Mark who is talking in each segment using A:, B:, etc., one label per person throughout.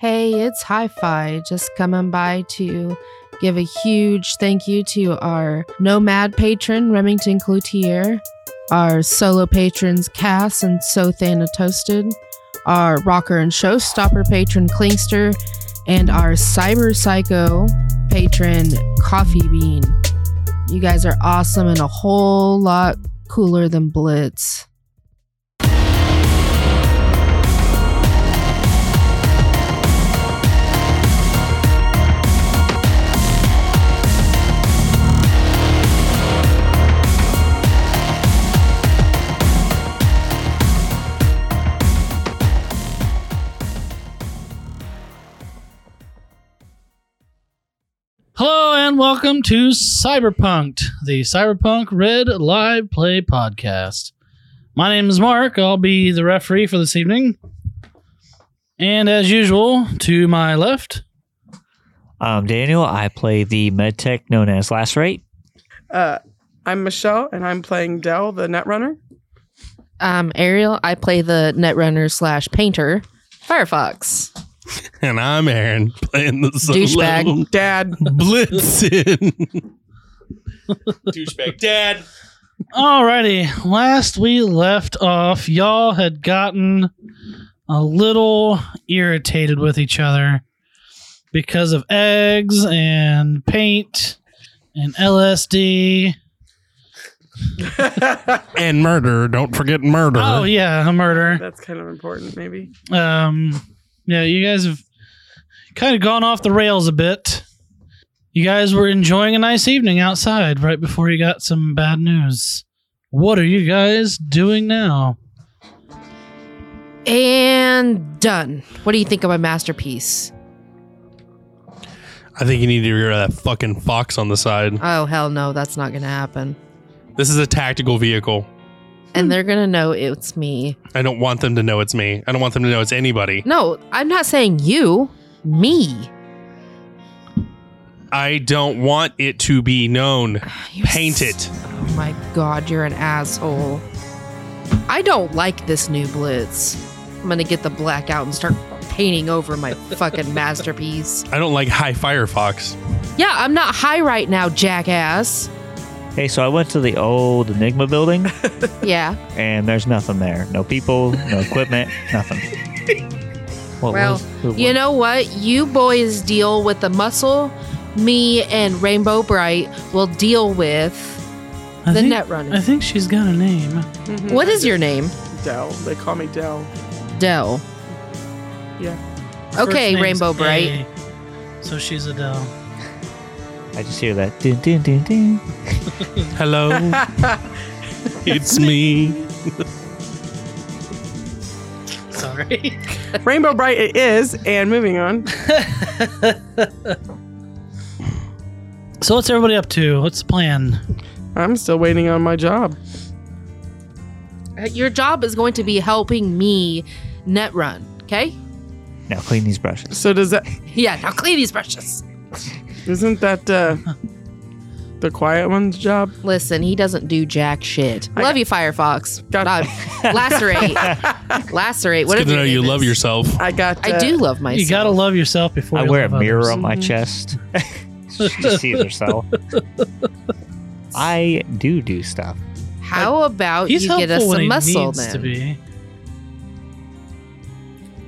A: Hey, it's Hi Fi, just coming by to give a huge thank you to our Nomad patron, Remington Cloutier, our solo patrons, Cass and Sothana Toasted, our rocker and showstopper patron, Klingster, and our cyber psycho patron, Coffee Bean. You guys are awesome and a whole lot cooler than Blitz.
B: Hello and welcome to Cyberpunked, the Cyberpunk Red Live Play podcast. My name is Mark. I'll be the referee for this evening. And as usual, to my left,
C: Um, Daniel, I play the medtech known as Lacerate.
D: Uh, I'm Michelle, and I'm playing Dell, the Netrunner.
A: Um, Ariel, I play the netrunner slash painter, Firefox.
E: And I'm Aaron playing the
A: Douchebag.
E: solo
D: Dad,
E: Blitzen.
F: douchebag dad.
B: Alrighty, last we left off, y'all had gotten a little irritated with each other because of eggs and paint and LSD.
E: and murder. Don't forget murder.
B: Oh yeah, a murder.
D: that's kind of important, maybe.
B: Um, yeah, you guys have kind of gone off the rails a bit. You guys were enjoying a nice evening outside right before you got some bad news. What are you guys doing now?
A: And done. What do you think of my masterpiece?
E: I think you need to get rid of that fucking fox on the side.
A: Oh, hell no, that's not going to happen.
E: This is a tactical vehicle.
A: And they're going to know it's me.
E: I don't want them to know it's me. I don't want them to know it's anybody.
A: No, I'm not saying you, me.
E: I don't want it to be known.
A: You
E: Paint
A: s-
E: it.
A: Oh my god, you're an asshole. I don't like this new blitz. I'm going to get the black out and start painting over my fucking masterpiece.
E: I don't like high Firefox.
A: Yeah, I'm not high right now, jackass.
C: Hey, so I went to the old Enigma building,
A: Yeah.
C: and there's nothing there. No people, no equipment, nothing. What
A: Well,
C: what-
A: You know what? You boys deal with the muscle. Me and Rainbow Bright will deal with
B: I
A: the
B: think,
A: net running.
B: I think she's got a name. Mm-hmm.
A: what is your name?
D: Dell. They call me Dell.
A: Dell.
D: Yeah.
A: Okay,
B: First name's
A: Rainbow Bright.
B: A, so she's Adele.
C: I just hear that. Dun, dun, dun, dun.
E: Hello. it's me.
B: Sorry.
D: Rainbow Bright it is, and moving on.
B: So what's everybody up to? What's the plan?
D: I'm still waiting on my job.
A: Your job is going to be helping me net run, okay?
C: Now clean these brushes.
D: So does that
A: Yeah, now clean these brushes.
D: isn't that uh the quiet one's job?
A: Listen, he doesn't do jack shit. Love you, Firefox.
D: Got-
A: God, lacerate, lacerate. What
E: It's good to know you love
A: yourself.
E: yourself.
D: I got
A: I
D: uh,
A: do love myself.
B: You gotta love yourself before
C: I
B: you
C: wear a
B: love
C: mirror
B: others.
C: on
E: Mm-hmm.
C: my chest. she sees herself. I do do stuff.
A: How about
B: He's
A: you
B: helpful
A: get us
B: when
A: some
B: he
A: muscle
B: needs to
A: then?
B: be.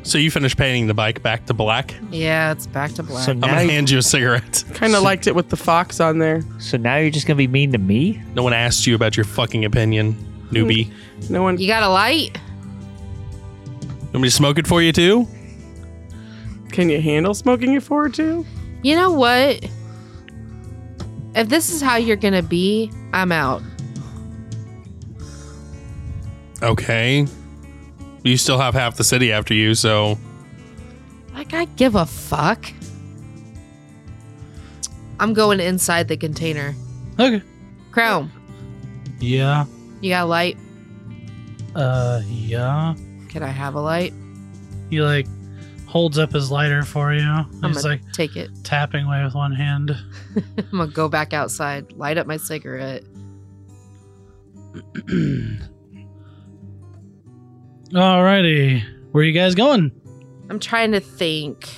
E: So you finished painting the bike back to black.
A: Yeah, it's back to black.
C: So
E: I'm
C: now,
E: gonna
C: you,
E: hand you a cigarette.
D: Kind of liked it with the fox on there.
C: so now you're just gonna be mean to me?
E: No one asked you about your fucking opinion, newbie.
D: No one.
A: you got a light?
E: Want me to smoke it for you too?
D: Can you handle smoking it for two?
A: You know what? If this is how you're gonna be, I'm out.
E: Okay. You still have half the city after you, so
A: Like I give a fuck. I'm going inside the container.
B: Okay.
A: Chrome,
B: Yeah.
A: you got a light?
B: Uh, yeah.
A: Can I have a light?
B: He like holds up his lighter for you.
A: I'm
B: He's
A: gonna
B: like
A: take it.
B: tapping away with one hand.
A: I'm gonna go back outside, light up my cigarette.
B: Alrighty. Where you guys going?
A: I'm trying to think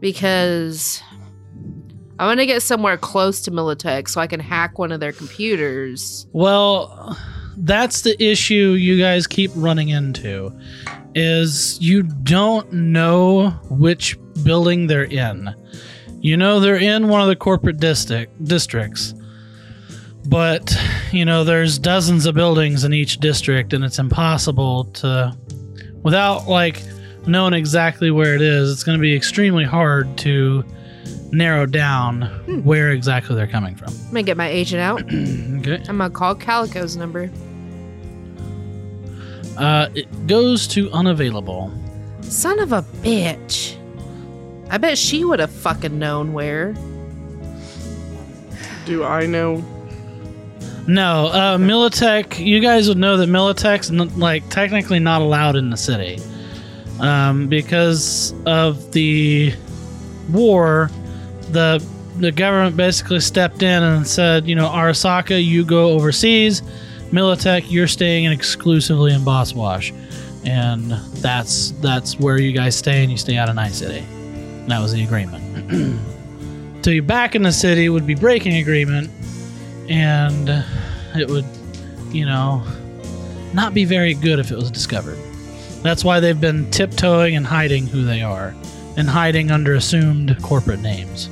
A: because I want to get somewhere close to Militech so I can hack one of their computers.
B: Well, that's the issue you guys keep running into is you don't know which building they're in. You know they're in one of the corporate district districts. But, you know, there's dozens of buildings in each district and it's impossible to without like knowing exactly where it is, it's going to be extremely hard to narrow down where exactly they're coming from.
A: I'm gonna get my agent out.
B: Okay.
A: I'm gonna call Calico's number.
B: Uh, it goes to unavailable.
A: Son of a bitch. I bet she would have fucking known where.
D: Do I know?
B: No, uh, Militech. You guys would know that Militech's n- like technically not allowed in the city, um, because of the war. The the government basically stepped in and said, you know, Arasaka, you go overseas. Militech, you're staying in exclusively in Boss Wash, and that's that's where you guys stay, and you stay out of Night City. And that was the agreement. to be back in the city would be breaking agreement, and it would, you know, not be very good if it was discovered. That's why they've been tiptoeing and hiding who they are, and hiding under assumed corporate names.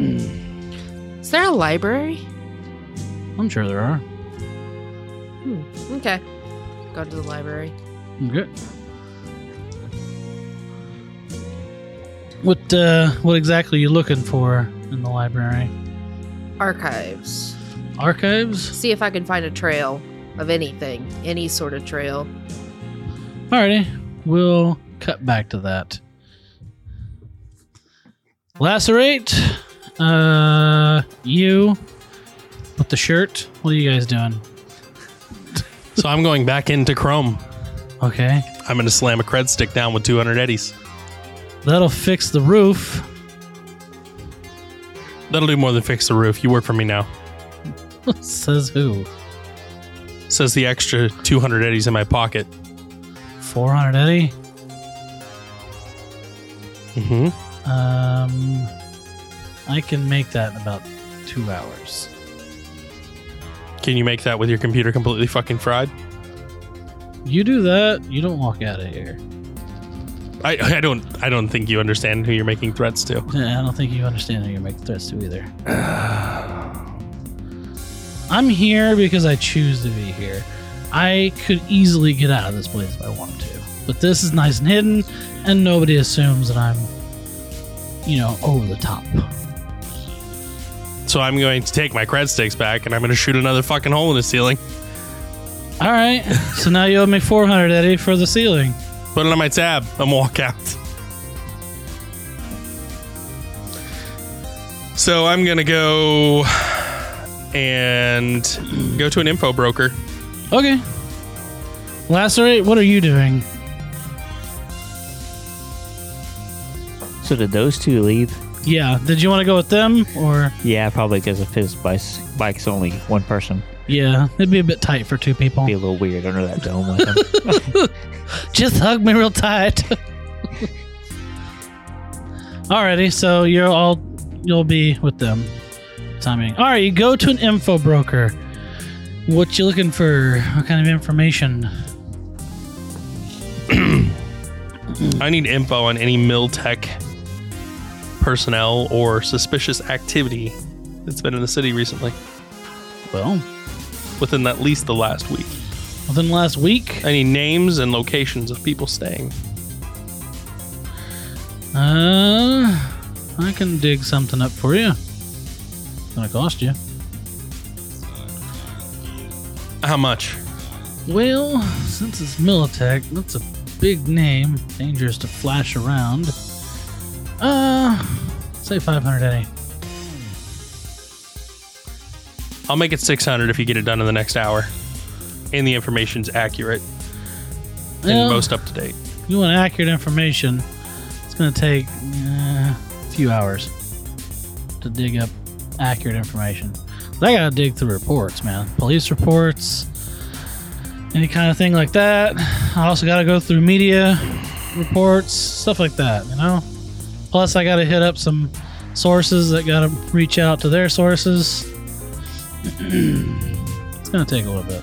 A: Is there a library?
B: I'm sure there are.
A: Okay. Go to the library.
B: Okay. What uh, what exactly are you looking for in the library?
A: Archives.
B: Archives?
A: See if I can find a trail of anything, any sort of trail.
B: Alrighty, we'll cut back to that. Lacerate, uh, you with the shirt. What are you guys doing?
E: so I'm going back into Chrome.
B: Okay,
E: I'm gonna slam a cred stick down with 200 eddies.
B: that'll fix the roof.
E: That'll do more than fix the roof. You work for me now.
B: Says who?
E: Says the extra 200 eddies in my pocket.
B: 400 Eddie.
E: Mm-hmm.
B: Um, I can make that in about two hours.
E: Can you make that with your computer completely fucking fried?
B: You do that, you don't walk out of here.
E: I, I don't I don't think you understand who you're making threats to.
B: Yeah, I don't think you understand how you're making threats to either. I'm here because I choose to be here. I could easily get out of this place if I wanted to. But this is nice and hidden, and nobody assumes that I'm, you know, over the top.
E: So I'm going to take my cred sticks back and I'm gonna shoot another fucking hole in the ceiling.
B: All right, so now you owe me 400, Eddie, for the ceiling.
E: Put it on my tab. I'm gonna walk out. So I'm gonna go and go to an info broker
B: Okay. Lacerate, what are you doing?
C: So did those two leave?
B: Yeah. Did you want to go with them or?
C: Yeah, probably because if his bike's, bike's only one person,
B: Yeah, it'd be a bit tight for two people.
C: be a little weird under that dome with him.
B: Just hug me real tight. Alrighty, so you're all you'll be with them. Timing. Alright, you go to an info broker. What you looking for? What kind of information?
E: I need info on any mill tech personnel or suspicious activity that's been in the city recently
B: Well,
E: within at least the last week.
B: within the last week.
E: I need names and locations of people staying.
B: Uh I can dig something up for you. It's gonna cost you.
E: How much?
B: Well, since it's Militech, that's a big name. Dangerous to flash around. Uh, say 500 Eddie.
E: I'll make it 600 if you get it done in the next hour. And the information's accurate and
B: Well,
E: most up to date.
B: you want accurate information. It's going to take uh, a few hours to dig up accurate information. I got to dig through reports, man. Police reports, any kind of thing like that. I also got to go through media reports, stuff like that, you know? Plus, I got to hit up some sources that got to reach out to their sources. it's going to take a little bit.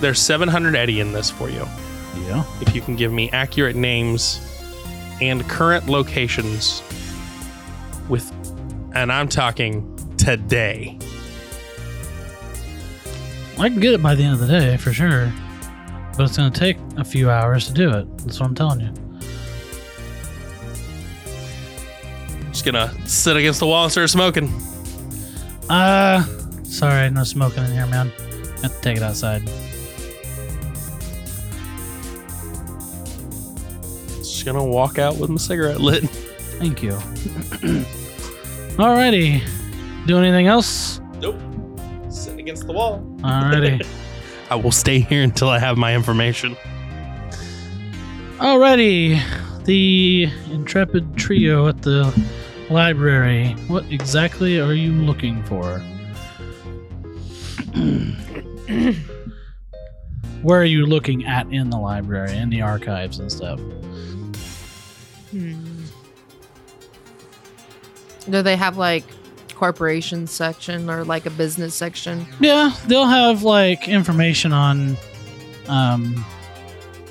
E: There's 700 Eddie in this for you.
B: Yeah.
E: If you can give me accurate names and current locations with, and I'm talking today.
B: I can get it by the end of the day for sure, but it's going to take a few hours to do it. That's what I'm telling you.
E: Just gonna sit against the wall and start smoking.
B: Uh, sorry, no smoking in here, man. I have to take it outside.
E: Just gonna walk out with my cigarette lit.
B: Thank you. Alrighty. Do anything else?
F: Nope. Sitting against the wall.
B: Alrighty.
E: I will stay here until I have my information.
B: Alrighty. The intrepid trio at the library. What exactly are you looking for? Where are you looking at in the library, in the archives and stuff?
A: Do they have like corporation section or like a business section?
B: Yeah, they'll have like information on, um,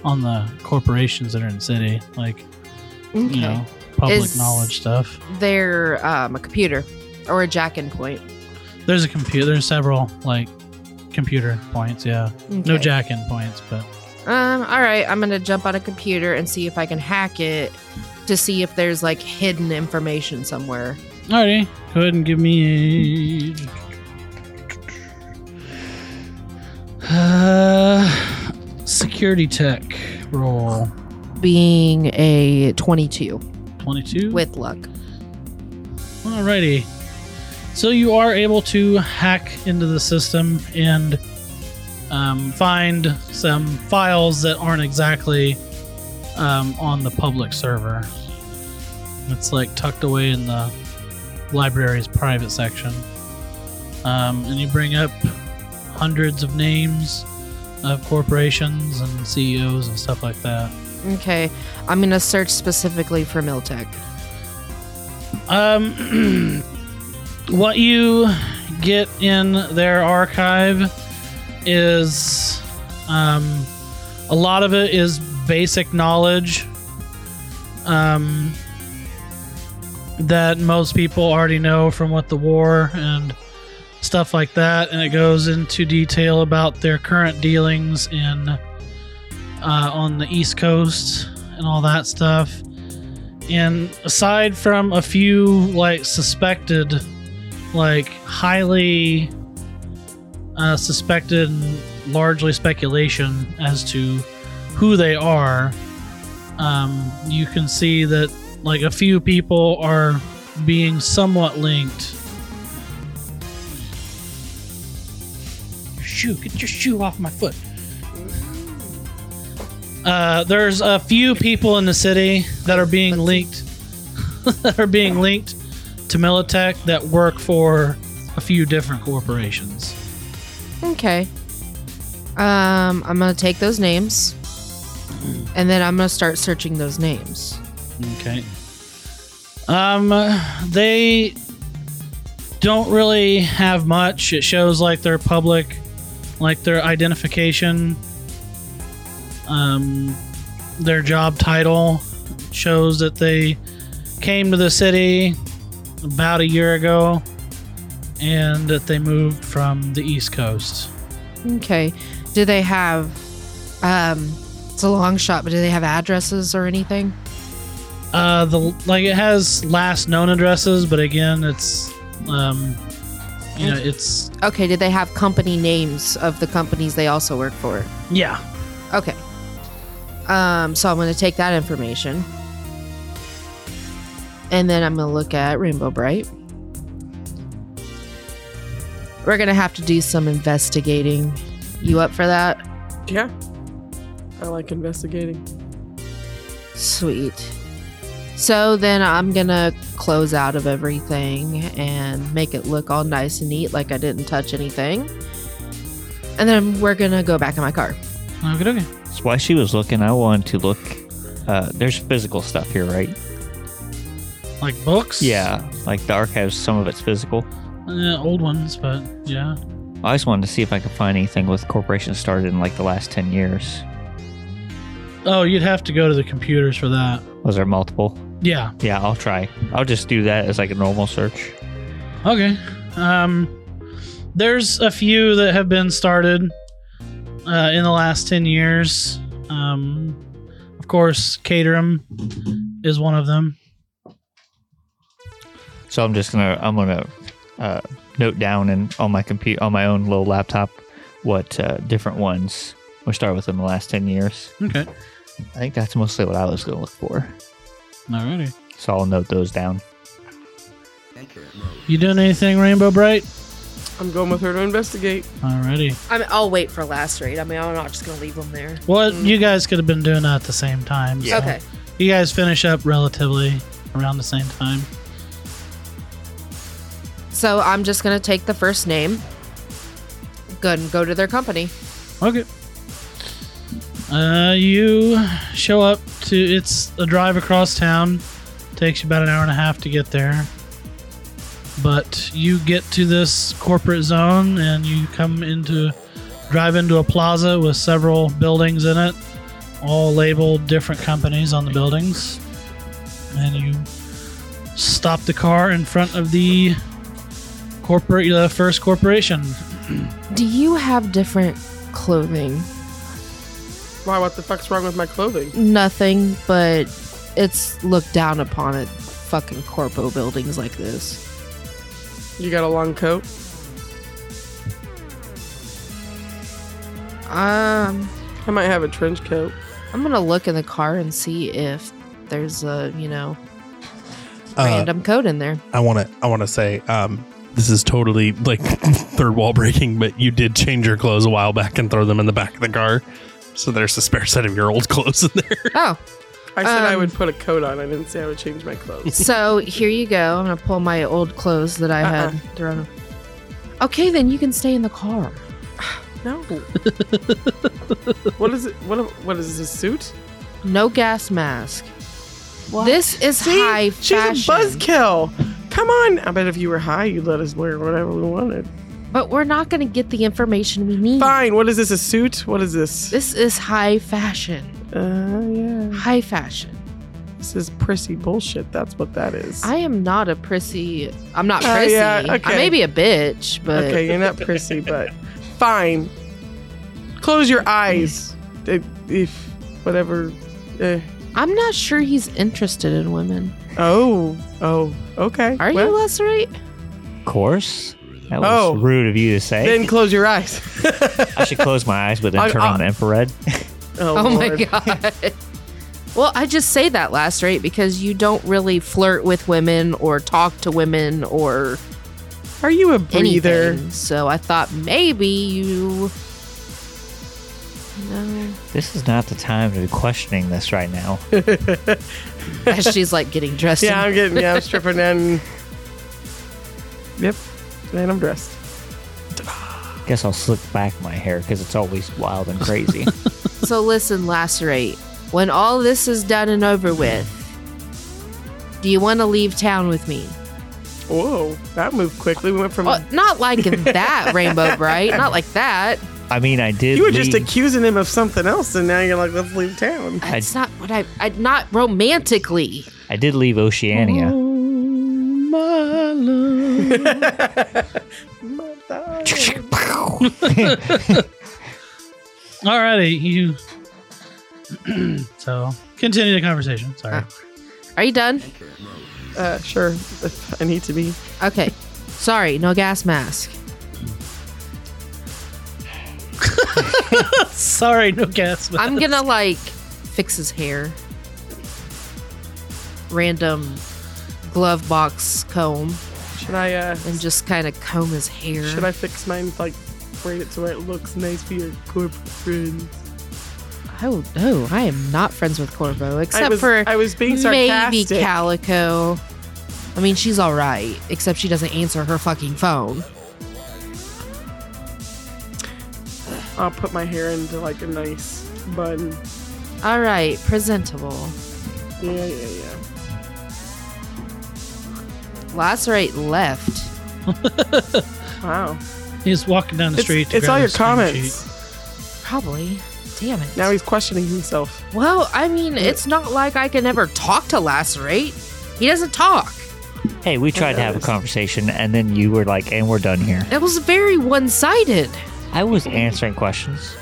B: on the corporations that are in the city, like you know, public
A: Is-
B: knowledge stuff.
A: They're um, a computer or a jack in point.
B: There's a computer. There's several like computer points. Yeah, no
A: Okay.
B: jack in points, but
A: Um, all right, I'm gonna jump on a computer and see if I can hack it to see if there's like hidden information somewhere.
B: alrighty. Go ahead and give me a. Uh, security tech roll
A: Being a 22
B: 22
A: with luck.
B: Alrighty. So you are able to hack into the system and um, find some files that aren't exactly um, on the public server. It's like tucked away in the library's private section. Um, and you bring up hundreds of names of corporations and CEOs and stuff like that.
A: Okay, I'm gonna search specifically for Miltech.
B: Um, what you get in their archive is um, a lot of it is basic knowledge um, that most people already know from what the war and stuff like that. And it goes into detail about their current dealings in uh, on the East Coast and all that stuff and aside from a few like suspected like highly uh, suspected and largely speculation as to who they are um, you can see that like a few people are being somewhat linked shoe. Get your shoe off my foot. Uh, there's a few people in the city that are being linked that are being linked to Militech that work for a few different corporations.
A: Okay. Um, I'm gonna take those names, and then I'm gonna start searching those names.
B: Okay. Um, they don't really have much. It shows like their public, like their identification, um, their job title shows that they came to the city about a year ago and that they moved from the East Coast.
A: Okay. Do they have? Um, it's a long shot, but do they have addresses or anything?
B: Uh, the like it has last known addresses, but again, it's um, you know, it's
A: Okay. Do they have company names of the companies they also work for?
B: yeah,
A: Okay. Um, so I'm going to take that information. And then I'm going to look at Rainbow Bright. We're going to have to do some investigating. You up for that?
D: Yeah. I like investigating.
A: Sweet. So then I'm going to close out of everything and make it look all nice and neat like I didn't touch anything. And then we're going to go back in my car.
B: okay, okay.
C: So while she was looking, I wanted to look. Uh, there's physical stuff here, right?
B: like books,
C: Yeah, like the archives. Some of it's physical.
B: uh, old ones, but yeah,
C: I just wanted to see if I could find anything with corporations started in like the last ten years.
B: Oh, you'd have to go to the computers for that.
C: Was there multiple?
B: Yeah.
C: Yeah, I'll try. I'll just do that as like a normal search.
B: Okay. Um, there's a few that have been started uh, in the last 10 years. Um, of course, Caterham is one of them.
C: So I'm just gonna I'm gonna uh, note down and on my compute on my own little laptop what uh, different ones were started within the last ten years.
B: Okay.
C: I think that's mostly what I was gonna look for.
B: Alrighty.
C: So I'll note those down.
B: You doing anything, Rainbow Bright?
D: I'm going with her to investigate.
B: Alrighty.
A: I mean, I'll wait for last read. I mean, I'm not just going to leave them there.
B: Well, you guys could have been doing that at the same time. so
A: Okay.
B: You guys finish up relatively around the same time.
A: So I'm just gonna take the first name. Good and go to their company.
B: Okay. Uh, you show up to it's a drive across town. Takes you about an hour and a half to get there. But you get to this corporate zone and you come into drive into a plaza with several buildings in it, all labeled different companies on the buildings. And you stop the car in front of the corporate the first corporation.
A: Do you have different clothing?
D: Why? What the fuck's wrong with my clothing?
A: Nothing, but it's looked down upon at fucking corpo buildings like this.
D: You got a long coat?
A: Um,
D: I might have a trench coat.
A: I'm gonna look in the car and see if there's a you know
E: Uh,
A: random code in there.
E: I want to I want to say um, this is totally like third wall breaking, but you did change your clothes a while back and throw them in the back of the car. So there's a spare set of your old clothes in there.
A: Oh,
D: I said I
A: Um,
D: would put a coat on. I didn't say I would change my clothes.
A: so here you go. I'm gonna pull my old clothes that I
D: Uh-uh.
A: had thrown. Okay, then you can stay in the car.
D: No. what is it? What? What is this a suit?
A: No gas mask. This is
D: See?
A: high
D: She's
A: fashion.
D: a buzzkill. Come on. I bet if you were high, you'd let us wear whatever we wanted.
A: But we're not going to get the information we need.
D: Fine. What is this? A suit? What is this?
A: This is high fashion.
D: Uh, yeah.
A: High fashion.
D: This is prissy bullshit. That's what that is.
A: I am not a prissy. I'm not
D: Oh,
A: prissy.
D: yeah, okay.
A: I may be a bitch, but
D: okay, you're not prissy, but fine. Close your eyes. If, if whatever. eh.
A: I'm not sure he's interested in women.
D: Oh. Oh. Okay.
A: Are
D: well,
A: you, Lesser Eight?
C: Of course. That was
D: Oh.
C: rude of you to say.
D: Then close your eyes.
C: I should close my eyes, but then
D: I-
C: turn
D: I-
C: on the infrared.
D: Oh,
A: Oh, my
D: Lord.
A: God. well, I just say that last rate because you don't really flirt with women or talk to women or
D: Are you a breather?
A: anything. So I thought maybe you. No.
C: This is not the time to be questioning this right now.
A: As she's like getting dressed.
D: Yeah,
A: and-
D: I'm getting. Yeah, I'm stripping and. Yep, and I'm dressed.
C: Guess I'll slick back my hair because it's always wild and crazy.
A: So listen, Lacerate. When all this is done and over with, do you want to leave town with me?
D: Whoa, that moved quickly. We went from.
A: Oh, not like that, Rainbow Bright. Not like that.
C: I mean, I did.
D: you were just
C: leave-
D: accusing him of something else, and now you're like, let's leave town.
A: That's not what I. I not romantically.
C: I did leave Oceania.
D: Oh,
B: Alrighty, you. so continue the conversation. Sorry.
D: Ah.
A: Are you done?
D: Uh, sure, if I need to be.
A: Okay. Sorry, no gas mask.
B: Sorry, no gas. But
A: I'm gonna like fix his hair. Random glove box comb
D: Should I? uh
A: and just kind of comb his hair.
D: Should I fix mine? Like, braid it to where it looks nice for your corporate friends.
A: Oh no, I am not friends with Corvo except
D: I was,
A: for
D: I was being
A: maybe
D: sarcastic.
A: Calico. I mean, she's all right, except she doesn't answer her fucking phone.
D: I'll put my hair into like a nice bun.
A: All right, presentable.
D: Yeah, yeah, yeah.
A: Lacerate left.
D: Wow.
B: he's walking down the
D: Ah. It's,
B: street. to
D: it's
B: grab
D: all your
B: his screen
D: comments.
B: sheet.
A: Probably. Damn it.
D: Now he's questioning himself.
A: well, I mean, it's not like I can ever talk to Lacerate. He doesn't talk.
C: Hey, we tried to have a conversation, and then you were like, "And we're done here."
A: It was very one sided.
C: I was answering questions.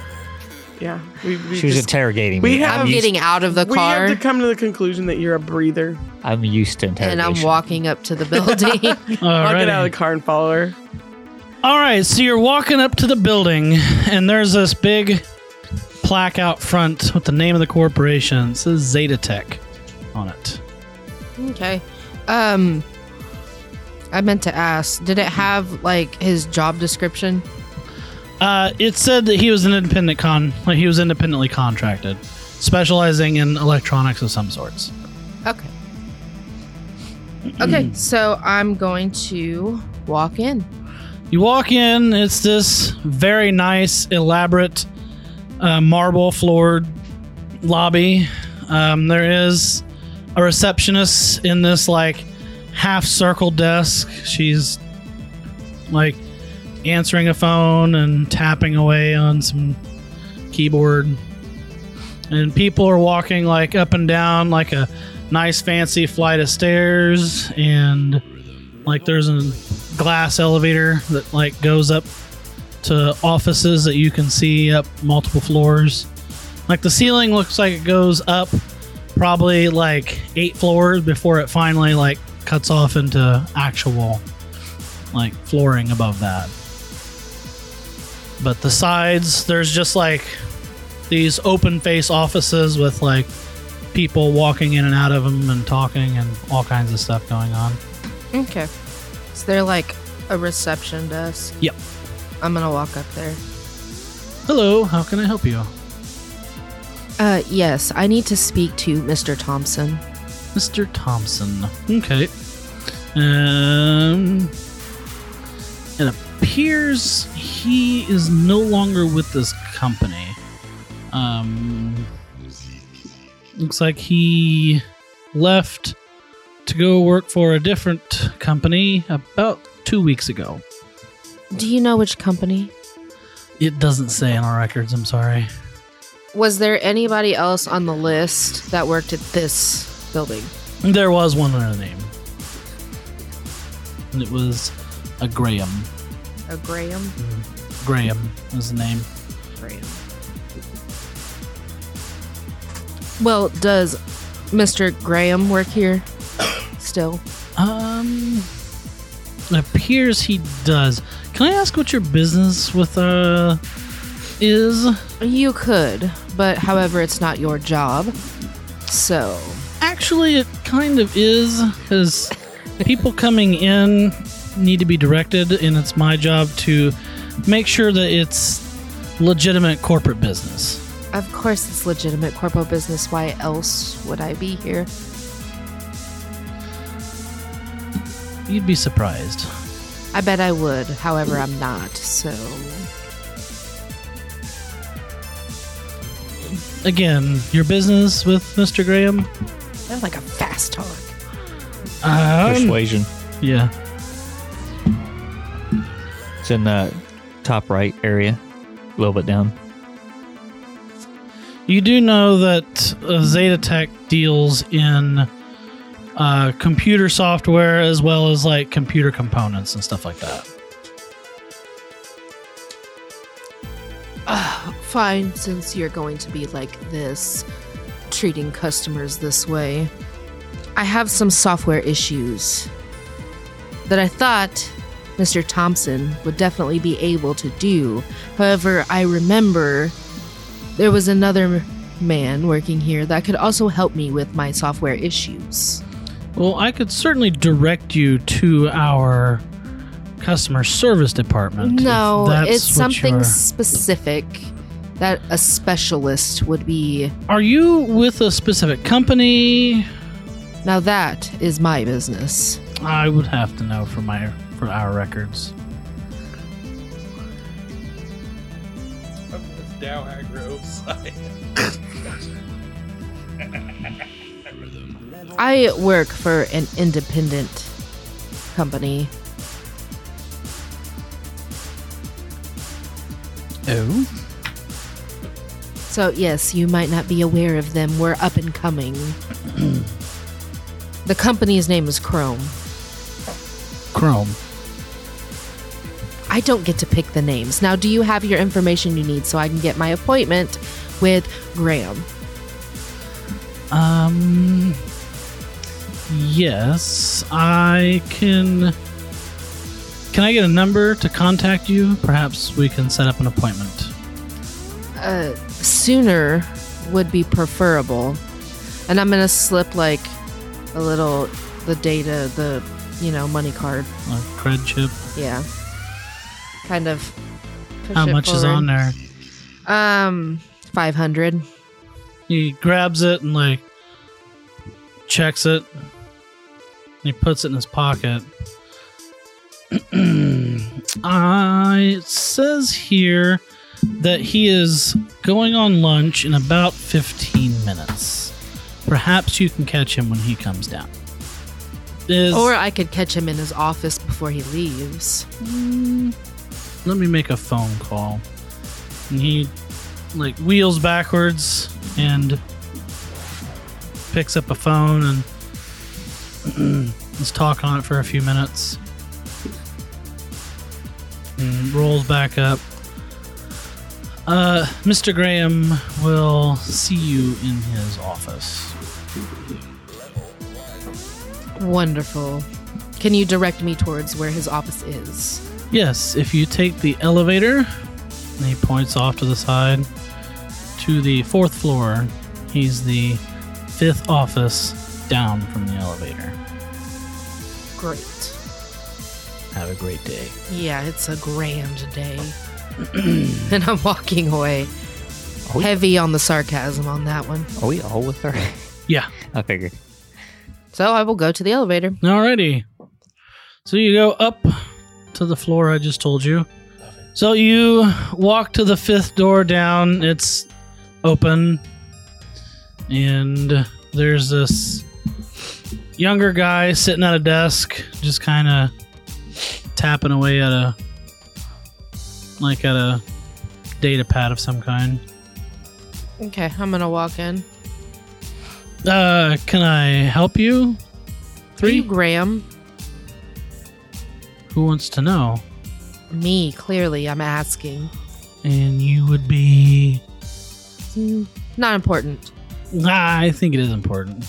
D: Yeah, we, we
C: She was
D: just-
C: interrogating
D: we
C: me.
D: have-
C: I'm
A: I'm
C: used,
A: getting out of the
D: we have to
A: car
D: come to the conclusion that you're a breather.
C: I'm used to interrogation.
A: and I'm walking up to the building.
D: I'll get
B: Alrighty.
D: out of the car and follow her.
B: All right, so you're walking up to the building, and there's this big plaque out front with the name of the corporation. It says Zeta Tech on it.
A: Okay. Um I meant to ask, did it have like his job description?
B: Uh, it said that he was an independent con, like he was independently contracted, specializing in electronics of some sorts.
A: Okay. Okay, so I'm going to walk in.
B: You walk in, it's this very nice, elaborate, uh, marble floored lobby. Um, there is a receptionist in this like half circle desk. She's like answering a phone and tapping away on some keyboard. And people are walking like up and down like a nice fancy flight of stairs and like there's an glass elevator that like goes up to offices that you can see up multiple floors. Like the ceiling looks like it goes up probably like eight floors before it finally like cuts off into actual like flooring above that. But the sides, there's just like these open face offices with like people walking in and out of them and talking and all kinds of stuff going on.
A: Okay. Is there like a reception desk?
B: Yep.
A: I'm gonna walk up there.
B: Hello, how can I help you?
A: Uh yes, I need to speak to Mr. Thompson.
B: Mr. Thompson. Okay. Um, it appears he is no longer with this company. Um, looks like he left to go work for a different company about two weeks ago.
A: Do you know which company?
B: It doesn't say in our records. I'm sorry.
A: Was there anybody else on the list that worked at this building?
B: There was one other name, and it was a Graham.
A: A Graham?
B: Graham is the name.
A: Graham. Well, does Mr. Graham work here still?
B: Um, it appears he does. Can I ask what your business with uh is?
A: You could, but however, it's not your job. So,
B: Actually, it kind of is because people coming in need to be directed, and it's my job to make sure that it's legitimate corporate business.
A: Of course, it's legitimate corpo business. Why else would I be here?
B: You'd be surprised.
A: I bet I would. However, I'm not. So,
B: Again, your business with Mr. Graham?
A: I'm like a fast talk.
B: Um,
C: Persuasion.
B: yeah.
C: It's in the top right area, a little bit down.
B: You do know that uh, Zeta Tech deals in uh, computer software as well as like computer components and stuff like that.
A: Fine, since you're going to be like this, treating customers this way. I have some software issues that I thought Mr. Thompson would definitely be able to do. However, I remember there was another man working here that could also help me with my software issues.
B: Well, I could certainly direct you to our customer service department. if
A: No,
B: that's
A: it's
B: what you're-
A: something specific that a specialist would be.
B: Are you with a specific company?
A: Now, that is my business.
B: I would have to know for my for our records.
F: It's Dow Agro side.
A: I work for an independent company.
B: Oh,
A: So, yes, you might not be aware of them. We're up and coming. the company's name is Chrome.
B: Chrome.
A: I don't get to pick the names. Now, do you have your information you need so I can get my appointment with Graham?
B: Um. Yes, I can. Can I get a number to contact you? Perhaps we can set up an appointment.
A: Uh, sooner would be preferable. And I'm going to slip like a little the data, the, you know, money card.
B: A cred chip.
A: Yeah. Kind of. push
B: How
A: it
B: much is
A: forward.
B: on there?
A: Um, 500.
B: He grabs it and like checks it. And he puts it in his pocket. uh, it says here that he is going on lunch in about 15 minutes. Perhaps you can catch him when he comes down. Is,
A: Or I could catch him in his office before he leaves.
B: let me make a phone call. And he like wheels backwards and picks up a phone and is talking on it for a few minutes. And rolls back up. Uh, Mr. Graham will see you in his office.
A: Wonderful. Can you direct me towards where his office is?
B: Yes, if you take the elevator, and he points off to the side to the fourth floor. He's the fifth office down from the elevator.
A: Great.
B: Have a great day.
A: Yeah, it's a grand day. and I'm walking away.
C: Oh, yeah.
A: Heavy on the sarcasm on that one.
C: Are we all with her?
B: Yeah.
C: I figured.
A: So I will go to the elevator.
B: Alrighty. So you go up to the floor I just told you. So you walk to the fifth door down. It's open. And there's this younger guy sitting at a desk, just kind of tapping away at a like at a data pad of some kind.
A: Okay, I'm gonna walk in.
B: Uh, can I help you?
A: Are you
B: Three.
A: Graham?
B: Who wants to know?
A: Me, clearly, I'm asking.
B: And you would be
A: Hmm, Not important.
B: Nah, I think it is important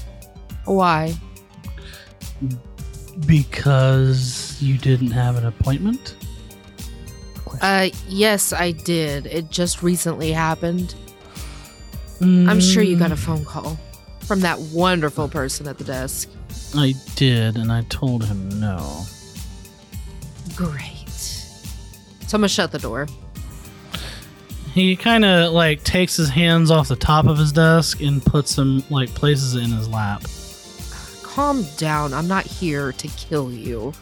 A: Why?
B: because you didn't have an appointment.
A: Uh, yes, I did. It just recently happened. I'm sure you got a phone call from that
B: Mm,
A: wonderful person at the desk.
B: I did, and I told him no.
A: Great. So I'm gonna shut the door.
B: He kind of like takes his hands off the top of his desk and puts them like places it in his lap.
A: Calm down. I'm not here to kill you.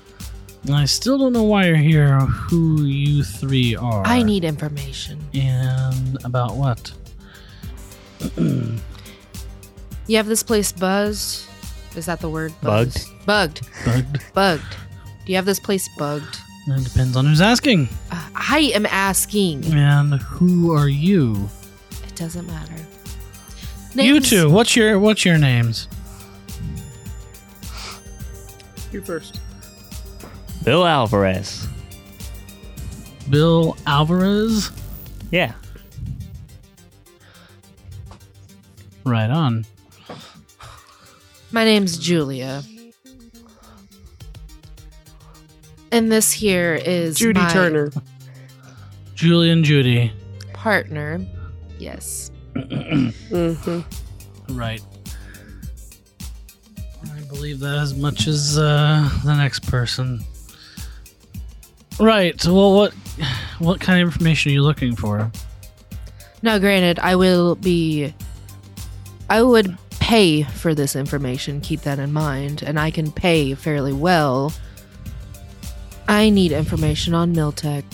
B: And I still don't know why you're here, or who you three are.
A: I need information.
B: And about what?
A: You have this place buzzed. Is that the word?
C: Bugged?
A: Bugged.
B: Bugged?
A: Bugged. Do you have this place bugged?
B: It depends on who's asking.
A: Uh, I am asking.
B: And who are you?
A: It doesn't matter.
B: You
A: Name's-
B: two. What's your What's your names?
D: You first.
C: Bill Alvarez.
B: Bill Alvarez.
C: Yeah.
B: Right on.
A: My name's Julia. And this here is
D: Judy
A: my
D: Turner.
B: Julian Judy.
A: partner. Yes.
D: hmm
B: Right. I believe that as much as uh, the next person. Right. Well, what what kind of information are you looking for?
A: Now, granted, I will be. I would pay for this information, keep that in mind, and I can pay fairly well. I need information on Miltech.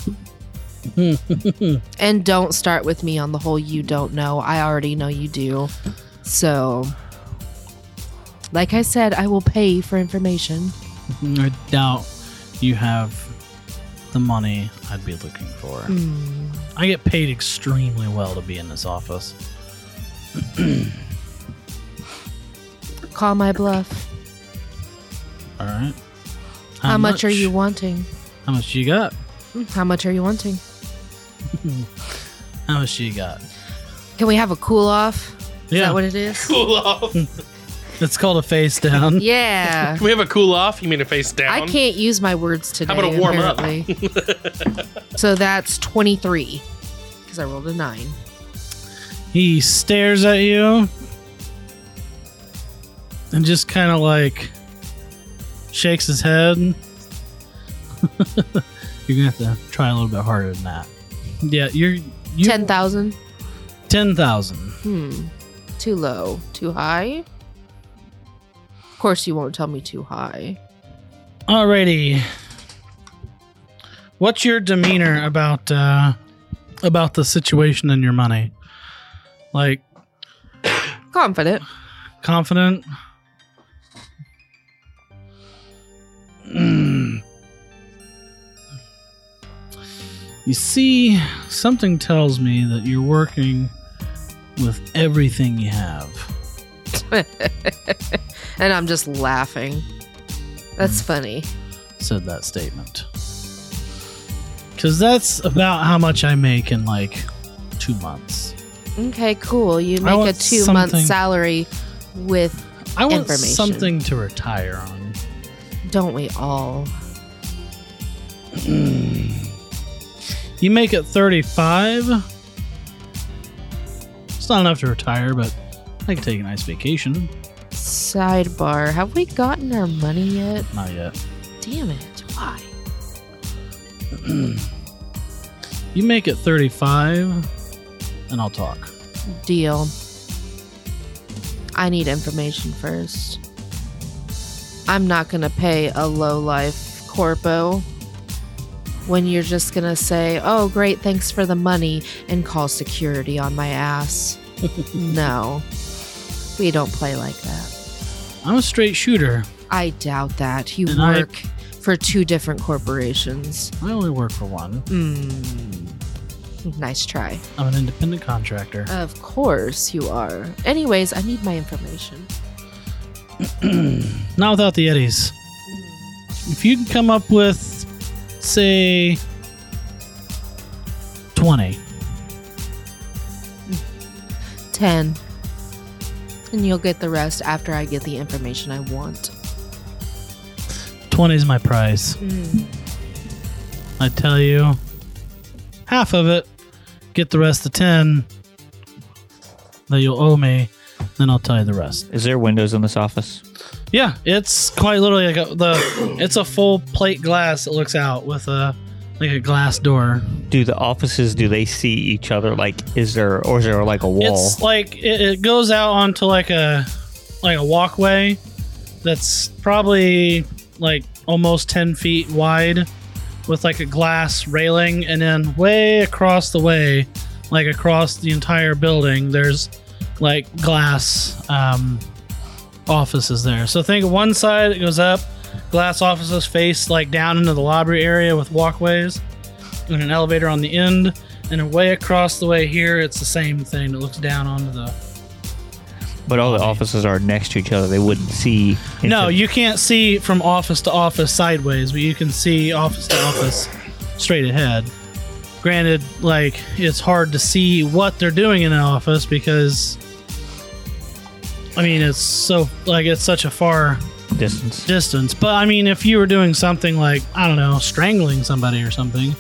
A: and don't start with me on the whole you don't know. I already know you do. So, like I said, I will pay for information.
B: I doubt you have the money I'd be looking for.
A: Hmm.
B: I get paid extremely well to be in this office.
A: Call my bluff.
B: All right.
A: How, much? are you wanting?
B: How much you got?
A: How much are you wanting?
B: How much you got?
A: Can we have a cool off? Is
B: Yeah.
A: that what it is?
E: Cool off.
B: It's called a face down.
A: Yeah.
E: Can we have a cool off? You mean a face down?
B: Um,
A: I can't use my words today.
E: about a warm up?
A: up? so that's 23 because I rolled a 9.
B: He stares at you and just kind of like shakes his head. You're gonna have to try a little bit harder than that. Yeah, you're you,
A: 10,000?
B: ten thousand.
A: Hmm. Too low. Too high? Of course, you won't tell me too high.
B: Alrighty. What's your demeanor about uh, about the situation and your money? Like
A: Confident.
B: confident? Mm. You see, something tells me that you're working with everything you have.
A: And I'm just laughing. That's
B: Mm.
A: funny.
B: Said that statement. Because that's about how much I make in like two months.
A: Okay, cool. You
B: I
A: make a
B: want
A: two month
B: something-
A: salary with,
B: I want
A: Information.
B: something to retire on.
A: don't we all?
B: You make it 35. It's not enough to retire, but I can take a nice vacation.
A: Sidebar Have we gotten our money yet?
B: Not yet.
A: Damn it. Why?
B: You make it 35, and I'll talk.
A: Deal. I need information first. I'm not gonna pay a low life corpo when you're just gonna say, "Oh, great, thanks for the money," and call security on my ass. no, we don't play like that.
B: I'm a straight shooter.
A: I doubt that. You
B: And I-
A: work for two different corporations.
B: I only work for one.
A: Mm. Nice try.
B: I'm an independent contractor.
A: Of course you are. Anyways, I need my information.
B: Not without the Eddies. If you can come up with, say, 20,
A: Ten. And you'll get the rest after I get the information I want.
B: 20 is my prize. I tell you, half of it, get the rest of 10 that you'll owe me, then I'll tell you the rest.
C: Is there windows in this office?
B: Yeah, it's quite literally like a, the. It's a full plate glass that looks out with a like a glass door.
C: Do the offices do they see each other? Like, is there or is there like a wall?
B: It's like it, it goes out onto like a like a walkway that's probably like almost ten feet wide, with like a glass railing, and then way across the way, like across the entire building, there's like glass um, offices there. So think one side it goes up, glass offices face like down into the library area with walkways, and an elevator on the end. And then way across the way here, it's the same thing that looks down onto the.
C: but all the offices are next to each other. They wouldn't see. into-
B: No, you can't see from office to office sideways, but you can see office to office straight ahead. Granted, like, it's hard to see what they're doing in an office because. I mean, it's so. Like, it's such a far
C: distance.
B: distance. But I mean, if you were doing something like, I don't know, strangling somebody or something,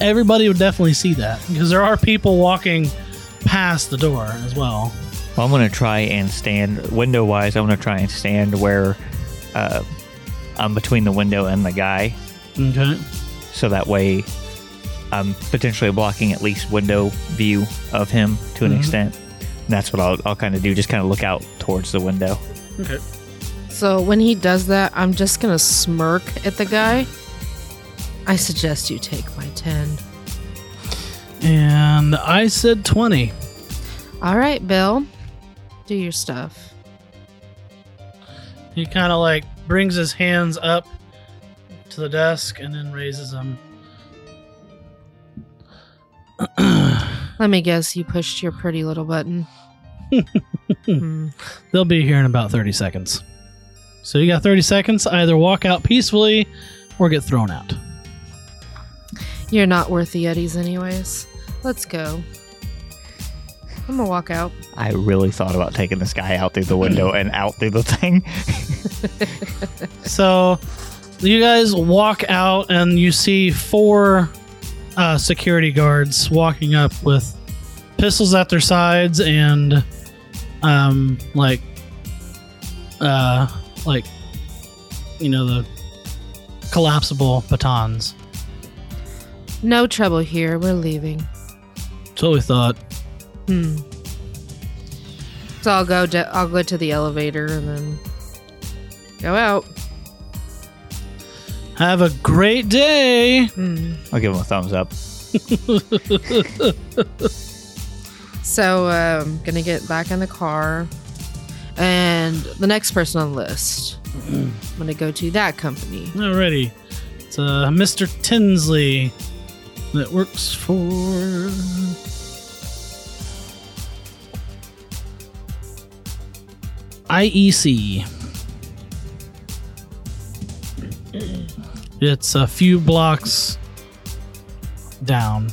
B: everybody would definitely see that because there are people walking past the door as well.
C: Well, I'm gonna try and stand window wise. I'm gonna try and stand where uh, I'm between the window and the guy,
B: Okay.
C: so that way I'm potentially blocking at least window view of him to an extent. And that's what I'll, I'll kind of do. Just kind of look out towards the window.
A: So when he does that, I'm just gonna smirk at the guy. I suggest you take my 10.
B: And I said 20.
A: All right, Bill, do your stuff.
B: He kind of like brings his hands up to the desk and then raises them.
A: Let me guess, you pushed your pretty little button. Hmm.
B: They'll be here in about 30 seconds. So you got 30 seconds. Either walk out peacefully or get thrown out.
A: You're not worth the Yetis, anyways. Let's go. I'm gonna walk out.
C: I really thought about taking this guy out through the window and out through the thing.
B: So you guys walk out and you see four uh, security guards walking up with pistols at their sides and um like uh like you know the collapsible batons.
A: No trouble here. We're leaving.
B: That's what we thought.
A: Hmm. So I'll go. De- I'll go to the elevator and then go out.
B: Have a great day.
A: Hmm.
C: I'll give him a thumbs up.
A: So um, gonna get back in the car, and the next person on the list, I'm gonna go to that company.
B: Alrighty. It's uh, Mr. Tinsley that works for. E IEC. It's a few blocks down.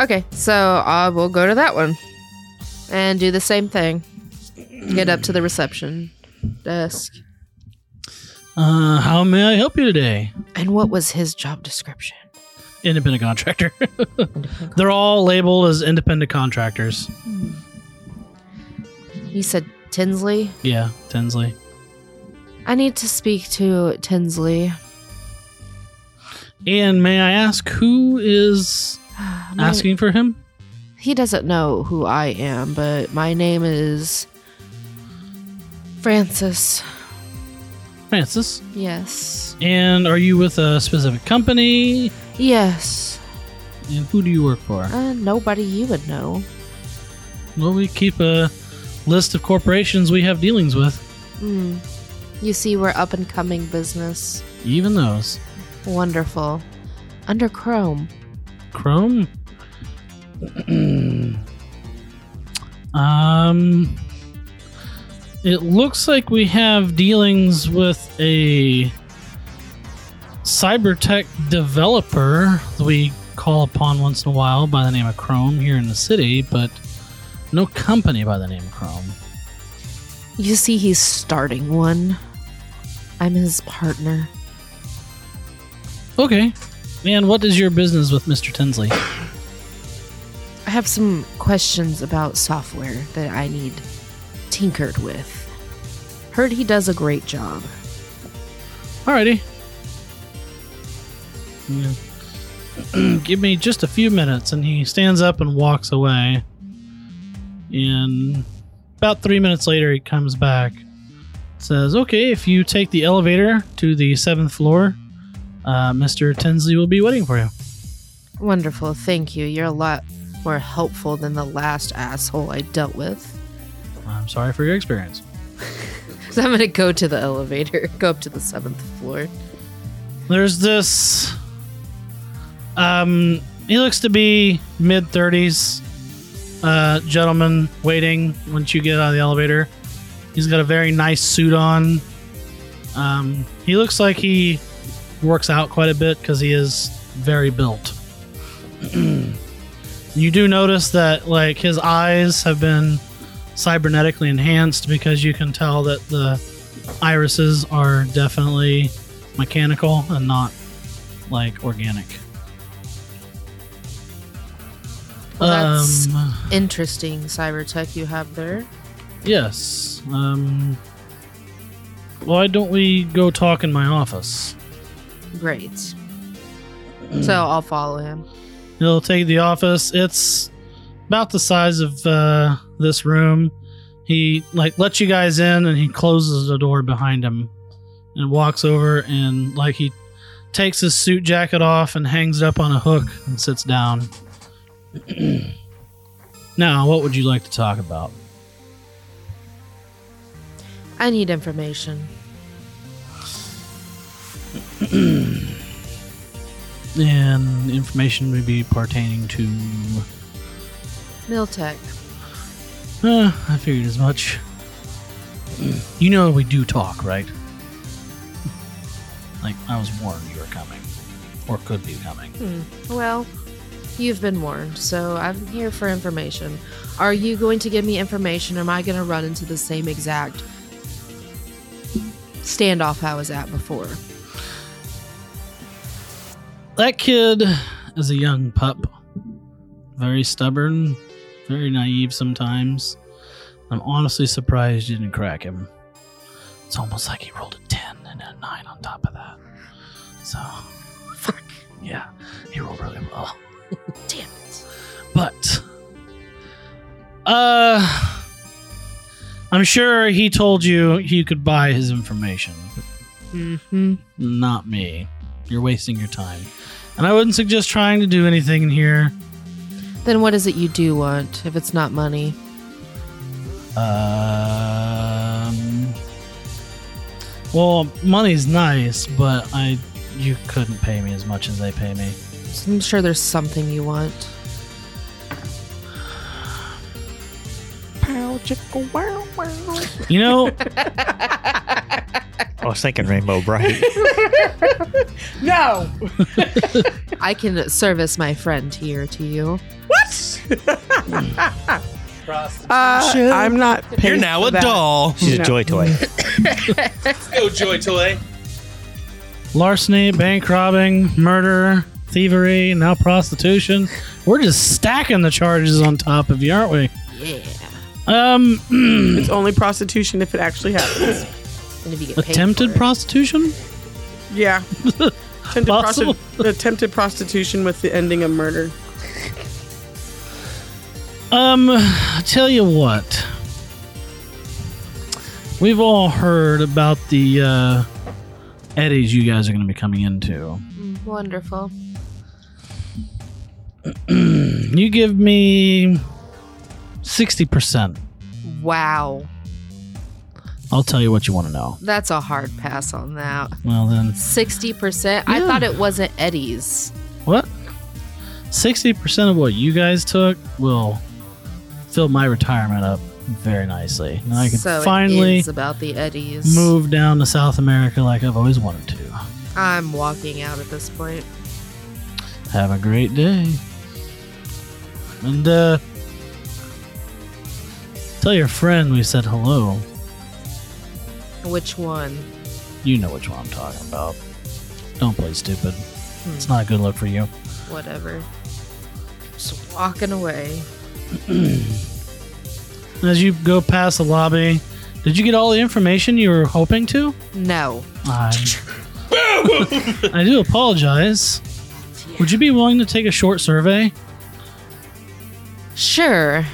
A: Okay, so I will go to that one and do the same thing. Get up to the reception desk.
B: Uh, how may I help you today?
A: And what was his job description?
B: Independent contractor. They're all labeled as independent contractors.
A: He said Tinsley.
B: Yeah, Tinsley.
A: I need to speak to Tinsley.
B: And may I ask who is asking for him?
A: He doesn't know who I am, but my name is Francis.
B: Francis.
A: Yes.
B: And are you with a specific company?
A: Yes.
B: And who do you work for?
A: Uh, nobody you would know.
B: Well, we keep a list of corporations we have dealings with,
A: Mm. You see, we're up and coming business.
B: even those.
A: Wonderful. Under Chrome.
B: Chrome? um. It looks like we have dealings with a cybertech developer that we call upon once in a while by the name of Chrome here in the city, but no company by the name of Chrome.
A: You see, he's starting one. I'm his partner.
B: Okay. And what is your business with Mr. Tinsley?
A: I have some questions about software that I need tinkered with. Heard he does a great job.
B: Alrighty. Yeah. Give me just a few minutes. And he stands up and walks away. And about three minutes later, he comes back. Says, okay, if you take the elevator to the seventh floor, uh, Mr. Tinsley will be waiting for you.
A: Wonderful, thank you. You're a lot more helpful than the last asshole I dealt with.
B: I'm sorry for your experience.
A: So I'm gonna go to the elevator, go up to the seventh floor.
B: There's this. Um, he looks to be mid 30s uh, gentleman waiting once you get out of the elevator. He's got a very nice suit on. Um, he looks like he works out quite a bit because he is very built. you do notice that like his eyes have been cybernetically enhanced because you can tell that the irises are definitely mechanical and not like organic.
A: Well,
B: Um.
A: that's interesting cyber tech you have there.
B: Yes. Um, why don't we go talk in my office?
A: Great. So I'll follow him.
B: He'll take the office. It's about the size of uh, this room. He like lets you guys in, and he closes the door behind him, and walks over and like he takes his suit jacket off and hangs it up on a hook and sits down. now, what would you like to talk about?
A: I need information.
B: And information would be pertaining to.
A: Miltech.
B: Uh, I figured as much. You know we do talk, right? Like I was warned you were coming, or could be coming.
A: Well, you've been warned, so I'm here for information. Are you going to give me information or am I going to run into the same exact standoff I was at before?
B: that kid is a young pup. Very stubborn, very naive sometimes. I'm honestly surprised you didn't crack him. It's almost like he rolled a 10 and a 9 on top of that. So, fuck. Yeah, he rolled really well.
A: Damn it.
B: But uh I'm sure he told you you could buy his information.
A: Mm-hmm.
B: Not me. You're wasting your time. And I wouldn't suggest trying to do anything in here.
A: Then what is it you do want if it's not money?
B: Um, well, money's nice, but I you couldn't pay me as much as they pay me.
A: I'm sure there's something you want.
B: You know,
C: I was thinking Rainbow Bright.
D: No.
A: I can service my friend here to you.
D: Uh, I'm not. paid
E: You're now
D: for
E: a
D: that.
E: doll.
C: She's
D: No.
C: a joy toy.
F: Go, Joy Toy.
B: larceny, bank robbing, murder, thievery, now prostitution. We're just stacking the charges on top of you, aren't we?
A: Yeah.
B: Um,
D: It's only prostitution if it actually happens.
A: And if you get paid
B: attempted
A: for it.
B: prostitution.
D: Yeah. Attempted,
B: Possible.
D: prosti- attempted prostitution with the ending of murder.
B: Um, I tell you what. We've all heard about the uh, eddies you guys are going to be coming into.
A: Wonderful.
B: You give me 60%.
A: Wow.
B: I'll tell you what you want to know.
A: That's a hard pass on that.
B: Well, then,
A: 60%. I
B: Yeah.
A: thought it wasn't Eddie's.
B: what? 60% of what you guys took will fill my retirement up very nicely. Now I can
A: so it
B: finally
A: is about the Eddies.
B: move down to South America like I've always wanted to.
A: I'm walking out at this point.
B: Have a great day. And uh tell your friend we said hello.
A: Which one?
B: You know which one I'm talking about. Don't play stupid.
A: Hmm.
B: It's not a good look for you.
A: Whatever. Just walking away.
B: And as you go past the lobby, did you get all the information you were hoping to?
A: No.
B: I, I do apologize. Would you be willing to take a short survey?
A: Sure.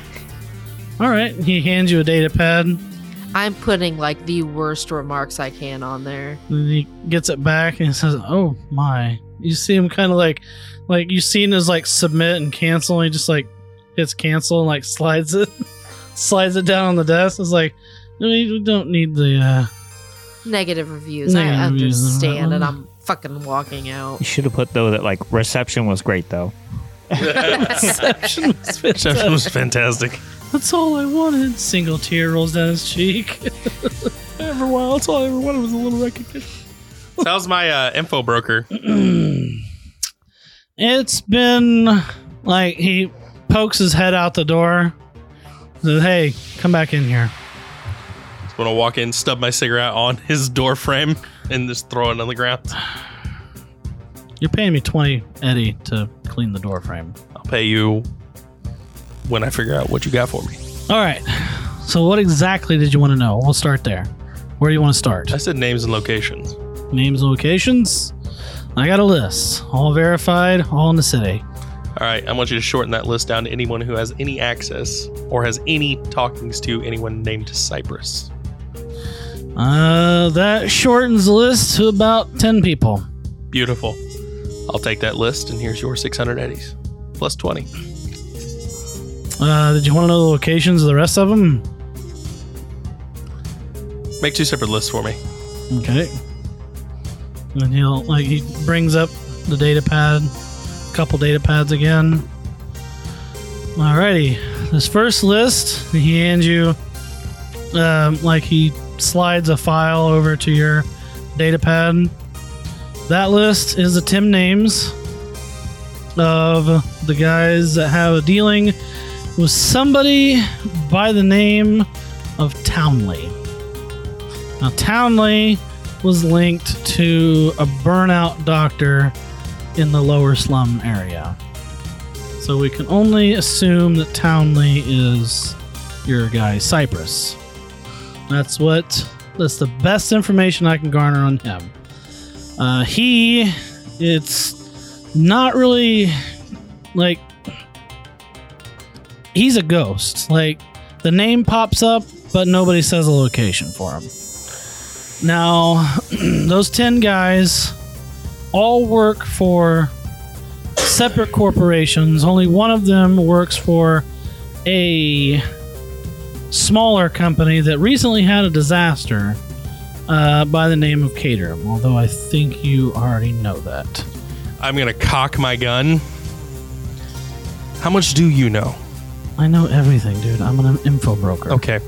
B: All right. He hands you a data pad, and
A: I'm putting like the worst remarks I can on there.
B: then he gets it back and says, "Oh my!" You see him kind of like, like you seen his like submit and cancel. And he just like hits cancel and like slides it, slides it down on the desk. It's like we we don't need the. uh
A: Negative reviews. I
B: Negative reviews, uh-huh.
A: understand, and
B: right.
A: I'm fucking walking out.
C: You should have put though that like reception was great though.
B: Reception was
E: That
B: fantastic.
E: was fantastic.
B: That's all I wanted. Single tear rolls down his cheek. After a while, that's all I ever wanted was a little recognition.
E: So how's my uh, info broker?
B: It's been like he pokes his head out the door. Says, hey, come back in here.
E: Just want to walk in, stub my cigarette on his door frame, and just throw it on the ground.
B: You're paying me 20 Eddie to clean the door frame.
E: I'll pay you when I figure out what you got for me.
B: All right. So, what exactly did you want to know? We'll start there. Where do you want to start?
E: I said names and locations.
B: Names, locations. I got a list, all verified, all in the city.
E: All right, I want you to shorten that list down to anyone who has any access or has any talkings to anyone named Cyprus.
B: Uh, that shortens the list to about 10 people.
E: Beautiful. I'll take that list, and here's your 600 eddies plus 20.
B: Uh, did you want to know the locations of the rest of them?
E: Make two separate lists for me.
B: Okay. And he'll like he brings up the data pad, couple data pads again. Alrighty, this first list he hands you, um, like he slides a file over to your data pad. That list is the Tim names of the guys that have a dealing with somebody by the name of Townley. Now, Townley was linked to a burnout doctor in the lower slum area. So we can only assume that Townley is your guy, Cypress. That's what, that's the best information I can garner on him. Uh, he, it's not really like, he's a ghost. Like, the name pops up, but nobody says a location for him. Now, those 10 guys all work for separate corporations. Only one of them works for a smaller company that recently had a disaster uh, by the name of Caterham, although I think you already know that.
E: I'm going to cock my gun. How much do you know?
B: I know everything, dude. I'm an info broker.
E: Okay.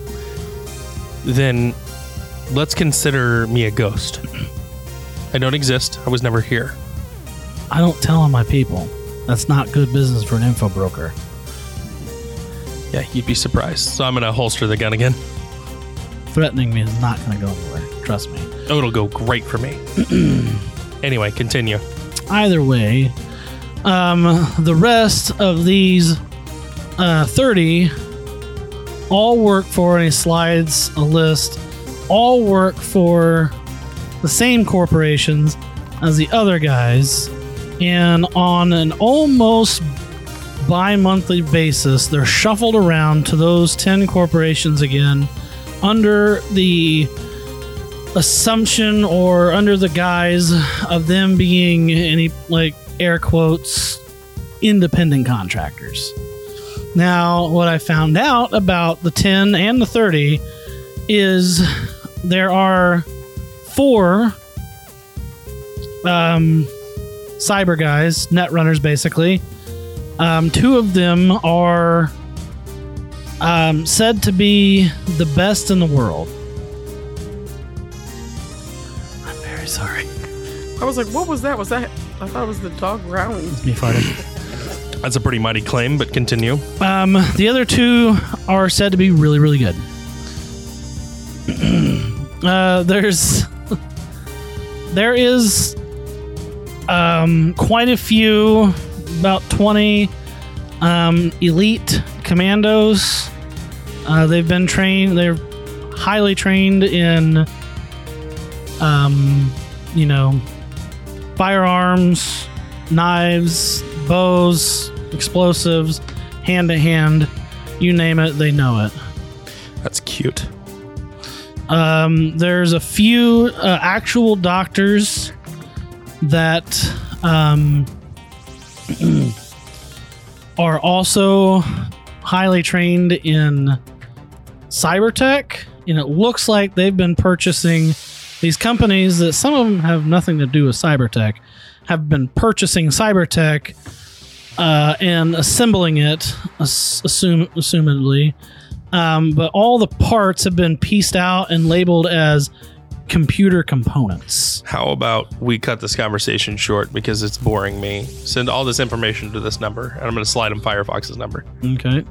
E: Then let's consider me a ghost. I don't exist. I was never here.
B: I don't tell on my people. That's not good business for an info broker.
E: Yeah, you'd be surprised. So I'm going to holster the gun again.
B: Threatening me is not going to go anywhere. Trust me.
E: Oh, it'll go great for me. anyway, continue.
B: either way, um, the rest of these uh, 30 all work for, and he slides a list, all work for the same corporations as the other guys. And on an almost bi monthly basis, they're shuffled around to those 10 corporations again under the assumption or under the guise of them being any like air quotes independent contractors. Now, what I found out about the 10 and the 30 is there are four um, cyber guys, net runners basically. Um, two of them are um, said to be the best in the world. I'm very sorry.
D: I was like, what was that? Was that? I thought it was the dog growling.
B: It's me farting.
E: That's a pretty mighty claim, but continue.
B: Um, the other two are said to be really, really good. uh, there's there is um, quite a few, about twenty um, elite commandos Uh, they've been trained. They're highly trained in, um, you know, firearms, knives, bows, explosives, hand to hand. You name it, they know it.
E: That's cute.
B: Um, there's a few uh, actual doctors that um, are also highly trained in cyber tech, and it looks like they've been purchasing these companies that some of them have nothing to do with cyber tech, have been purchasing cyber tech uh, and assembling it, ass- assume assumedly. Um, but all the parts have been pieced out and labeled as computer components.
E: How about we cut this conversation short because it's boring me? Send all this information to this number, and I'm going to slide him Firefox's number,
B: Okay.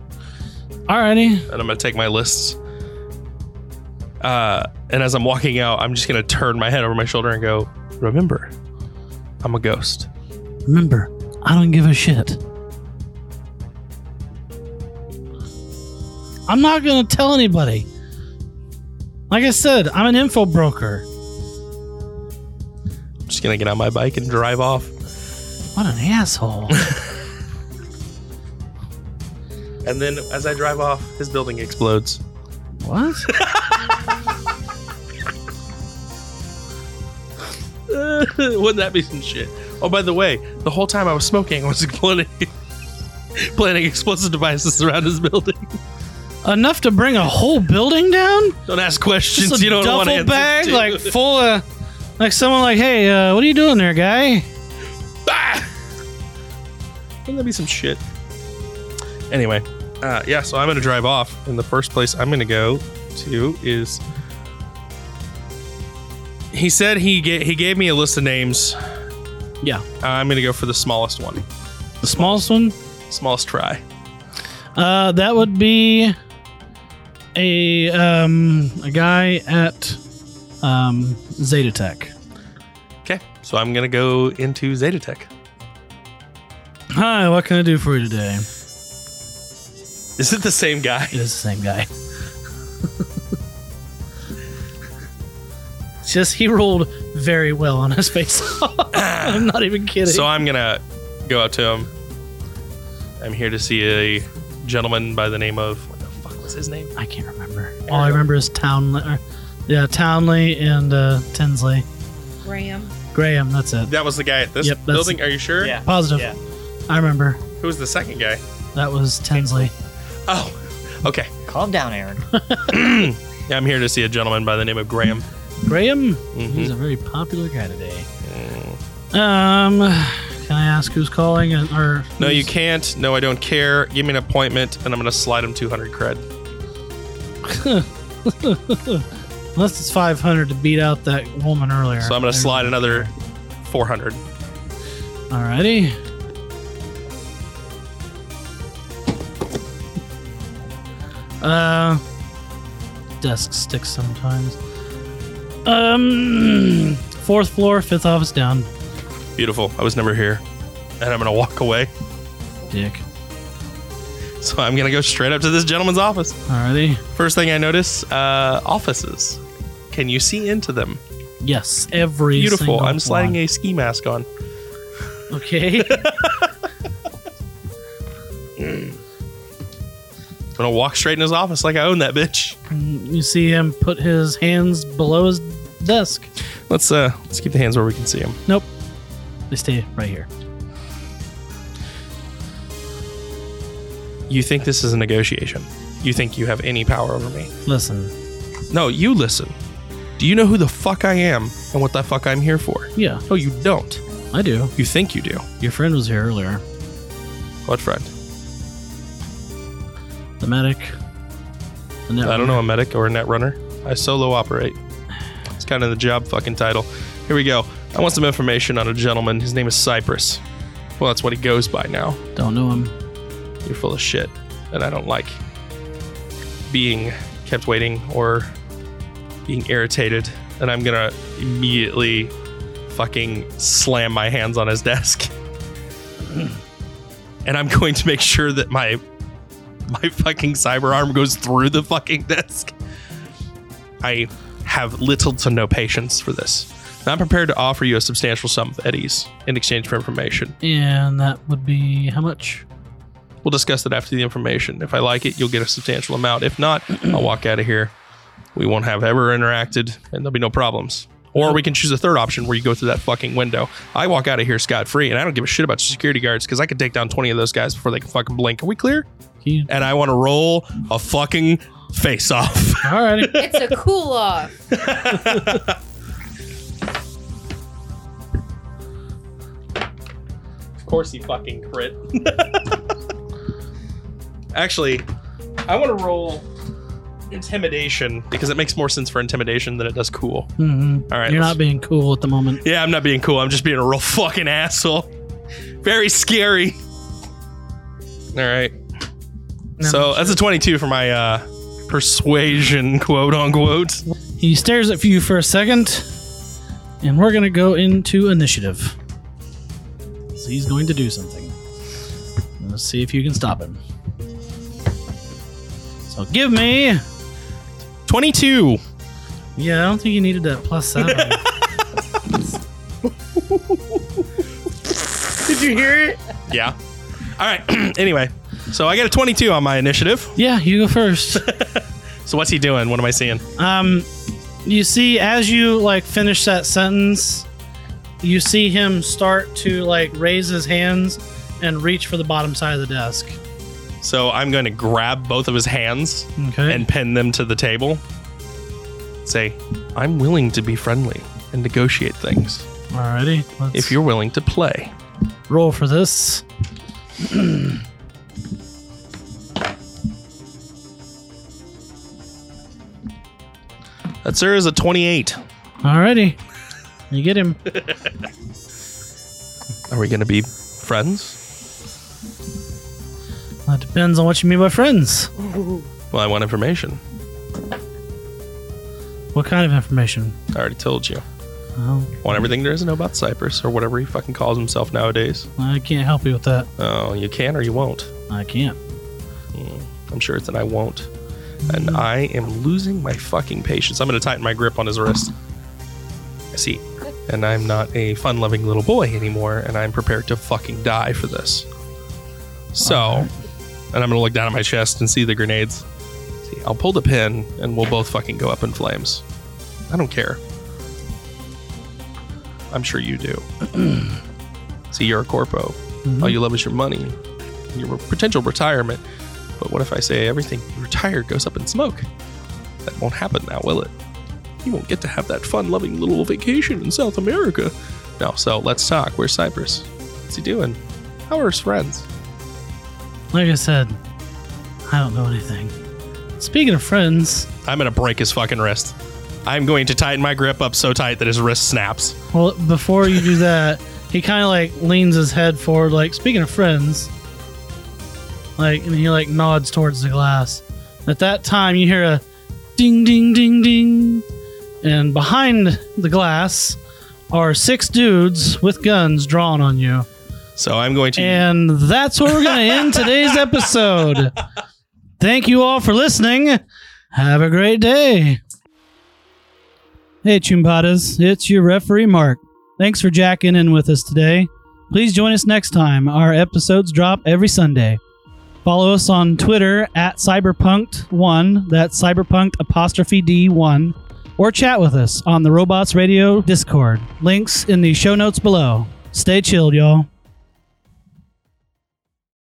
B: Alrighty.
E: and I'm going to take my lists. Uh, and as I'm walking out, I'm just going to turn my head over my shoulder and go, "Remember, I'm a ghost."
B: Remember, I don't give a shit. I'm not going to tell anybody. Like I said, I'm an info broker.
E: I'm just going to get on my bike and drive off.
B: What an asshole.
E: And then, as I drive off, his building explodes.
B: what?
E: Wouldn't that be some shit? Oh, by the way, the whole time I was smoking, I was planning, planning explosive devices around his building.
B: Enough to bring a whole building down?
E: Don't ask questions
B: Just a
E: you don't want to
B: duffel bag,
E: answer. to.
B: like full of, like someone like, hey, uh, what are you doing there, guy?
E: Ah! Wouldn't that be some shit? Anyway, uh, yeah. So I'm gonna drive off, and the first place I'm gonna go to is. He said he ga- he gave me a list of names.
B: Yeah.
E: I'm gonna go for the smallest one,
B: The smallest one.
E: smallest try.
B: Uh, that would be a um, a guy at um, Zeta Tech.
E: Okay, so I'm gonna go into Zeta Tech.
B: Hi, what can I do for you today?
E: Is it the same guy?
B: It is the same guy. It's Just he rolled very well on his face. I'm not even kidding.
E: So I'm gonna go out to him. I'm here to see a gentleman by the name of what the fuck was his name?
B: I can't remember. All I remember is Townley. Or, yeah, Townley and uh, Tinsley.
G: Graham.
B: Graham, that's it.
E: That was the guy at this
B: Yep, that's-
E: building. Are you sure?
C: Yeah.
B: Positive.
C: Yeah.
B: I remember.
E: Who was the second guy?
B: That was Tinsley.
E: Oh, okay.
C: Calm down, Aaron.
E: Yeah, I'm here to see a gentleman by the name of Graham.
B: Graham?
E: hmm
B: He's a very popular guy today. Um, can I ask who's calling? and- Or
E: No, you
B: who's-
E: can't. No, I don't care. Give me an appointment, and I'm gonna slide him 200 cred.
B: Unless it's 500 to beat out that woman earlier.
E: So I'm gonna
B: There-
E: slide another 400.
B: Alrighty. Uh, desk sticks sometimes. Um, fourth floor, fifth office down.
E: Beautiful. I was never here, and I'm gonna walk away.
B: Dick.
E: So I'm gonna go straight up to this gentleman's office.
B: Alrighty.
E: First thing I notice, uh, offices. Can you see into them?
B: Yes, every
E: Beautiful.
B: single
E: I'm sliding
B: one.
E: a ski mask on.
B: Okay.
E: I'm gonna walk straight in his office like I own that bitch.
B: you see him put his hands below his desk.
E: Let's uh, let's keep the hands where we can see him.
B: Nope. They stay right here.
E: You think this is a negotiation? You think you have any power over me?
B: Listen.
E: No, you listen. Do you know who the fuck I am and what the fuck I'm here for?
B: Yeah,
E: No, you don't.
B: I do.
E: You think you do.
B: Your friend was here earlier.
E: What friend?
B: The medic. The
E: I don't know a medic or a net runner. I solo operate. It's kind of the job fucking title. Here we go. I want some information on a gentleman. His name is Cypress. Well, that's what he goes by now.
B: Don't know him.
E: You're full of shit, and I don't like being kept waiting or being irritated. And I'm gonna immediately fucking slam my hands on his desk. And I'm going to make sure that my my fucking cyber arm goes through the fucking desk. I have little to no patience for this. And I'm prepared to offer you a substantial sum of eddies in exchange for information.
B: And that would be how much?
E: We'll discuss that after the information. If I like it, you'll get a substantial amount. If not, I'll walk out of here. We won't have ever interacted, and there'll be no problems. Or we can choose a third option where you go through that fucking window. I walk out of here scot free, and I don't give a shit about security guards because I could take down 20 of those guys before they can fucking blink. Are we clear?
B: Can you-
E: And I want to roll a fucking face off.
B: Alrighty.
G: It's a cool off.
E: Of course he fucking crit. Actually, I want to roll intimidation because it makes more sense for intimidation than it does cool.
B: hmm
E: All right,
B: You're
E: let's-
B: not being cool at the moment.
E: Yeah, I'm not being cool. I'm just being a real fucking asshole. Very scary. All right.
B: No,
E: so that's a 22 for my uh, persuasion, quote unquote.
B: He stares at you for a second, and we're gonna go into initiative. So he's going to do something. Let's see if you can stop him. So give me.
E: 22.
B: Yeah, I don't think you needed that plus seven.
D: Did you hear it?
E: Yeah. All right. anyway, so I got a 22 on my initiative.
B: yeah, you go first.
E: So what's he doing? What am I seeing?
B: Um, you see, as you like finish that sentence, you see him start to like raise his hands and reach for the bottom side of the desk.
E: So I'm going to grab both of his hands
B: Okay.
E: and pin them to the table. Say, I'm willing to be friendly and negotiate things
B: Alrighty. Let's
E: if you're willing to play.
B: roll for this.
E: That sir is a 28.
B: Alrighty. You get him.
E: Are we going to be friends?
B: That depends on what you mean by friends.
E: Well, I want information.
B: What kind of information?
E: I already told you.
B: Oh,
E: Want everything there is to know about Cyprus or whatever he fucking calls himself nowadays.
B: I can't help you with that.
E: Oh, you can or you won't.
B: I can't.
E: I'm sure it's an I won't. And I am losing my fucking patience. I'm going to tighten my grip on his wrist. I see. And I'm not a fun loving little boy anymore, and I'm prepared to fucking die for this. So, and I'm going to look down at my chest and see the grenades. See, I'll pull the pin, and we'll both fucking go up in flames. I don't care. I'm sure you do. see, you're a corpo. All you love is your money, your potential retirement. But what if I say everything you retire goes up in smoke? That won't happen now, will it? You won't get to have that fun loving little vacation in South America. No, so let's talk. Where's Cyprus? What's he doing? How are his friends?
B: Like I said, I don't know anything. Speaking of friends,
E: I'm gonna break his fucking wrist. I'm going to tighten my grip up so tight that his wrist snaps.
B: Well, before you do that, he kind of like leans his head forward, like speaking of friends, like, and he like nods towards the glass. At that time, you hear a ding, ding, ding, ding, and behind the glass are six dudes with guns drawn on you,
E: So I'm going to.
B: and that's where we're gonna end today's episode. Thank you all for listening. Have a great day. Hey, Chumpadas, it's your referee, Mark. Thanks for jacking in with us today. Please join us next time. Our episodes drop every Sunday. Follow us on Twitter at Cyberpunked1, that's Cyberpunked apostrophe D1, or chat with us on the Robots Radio Discord. Links in the show notes below. Stay chilled, y'all.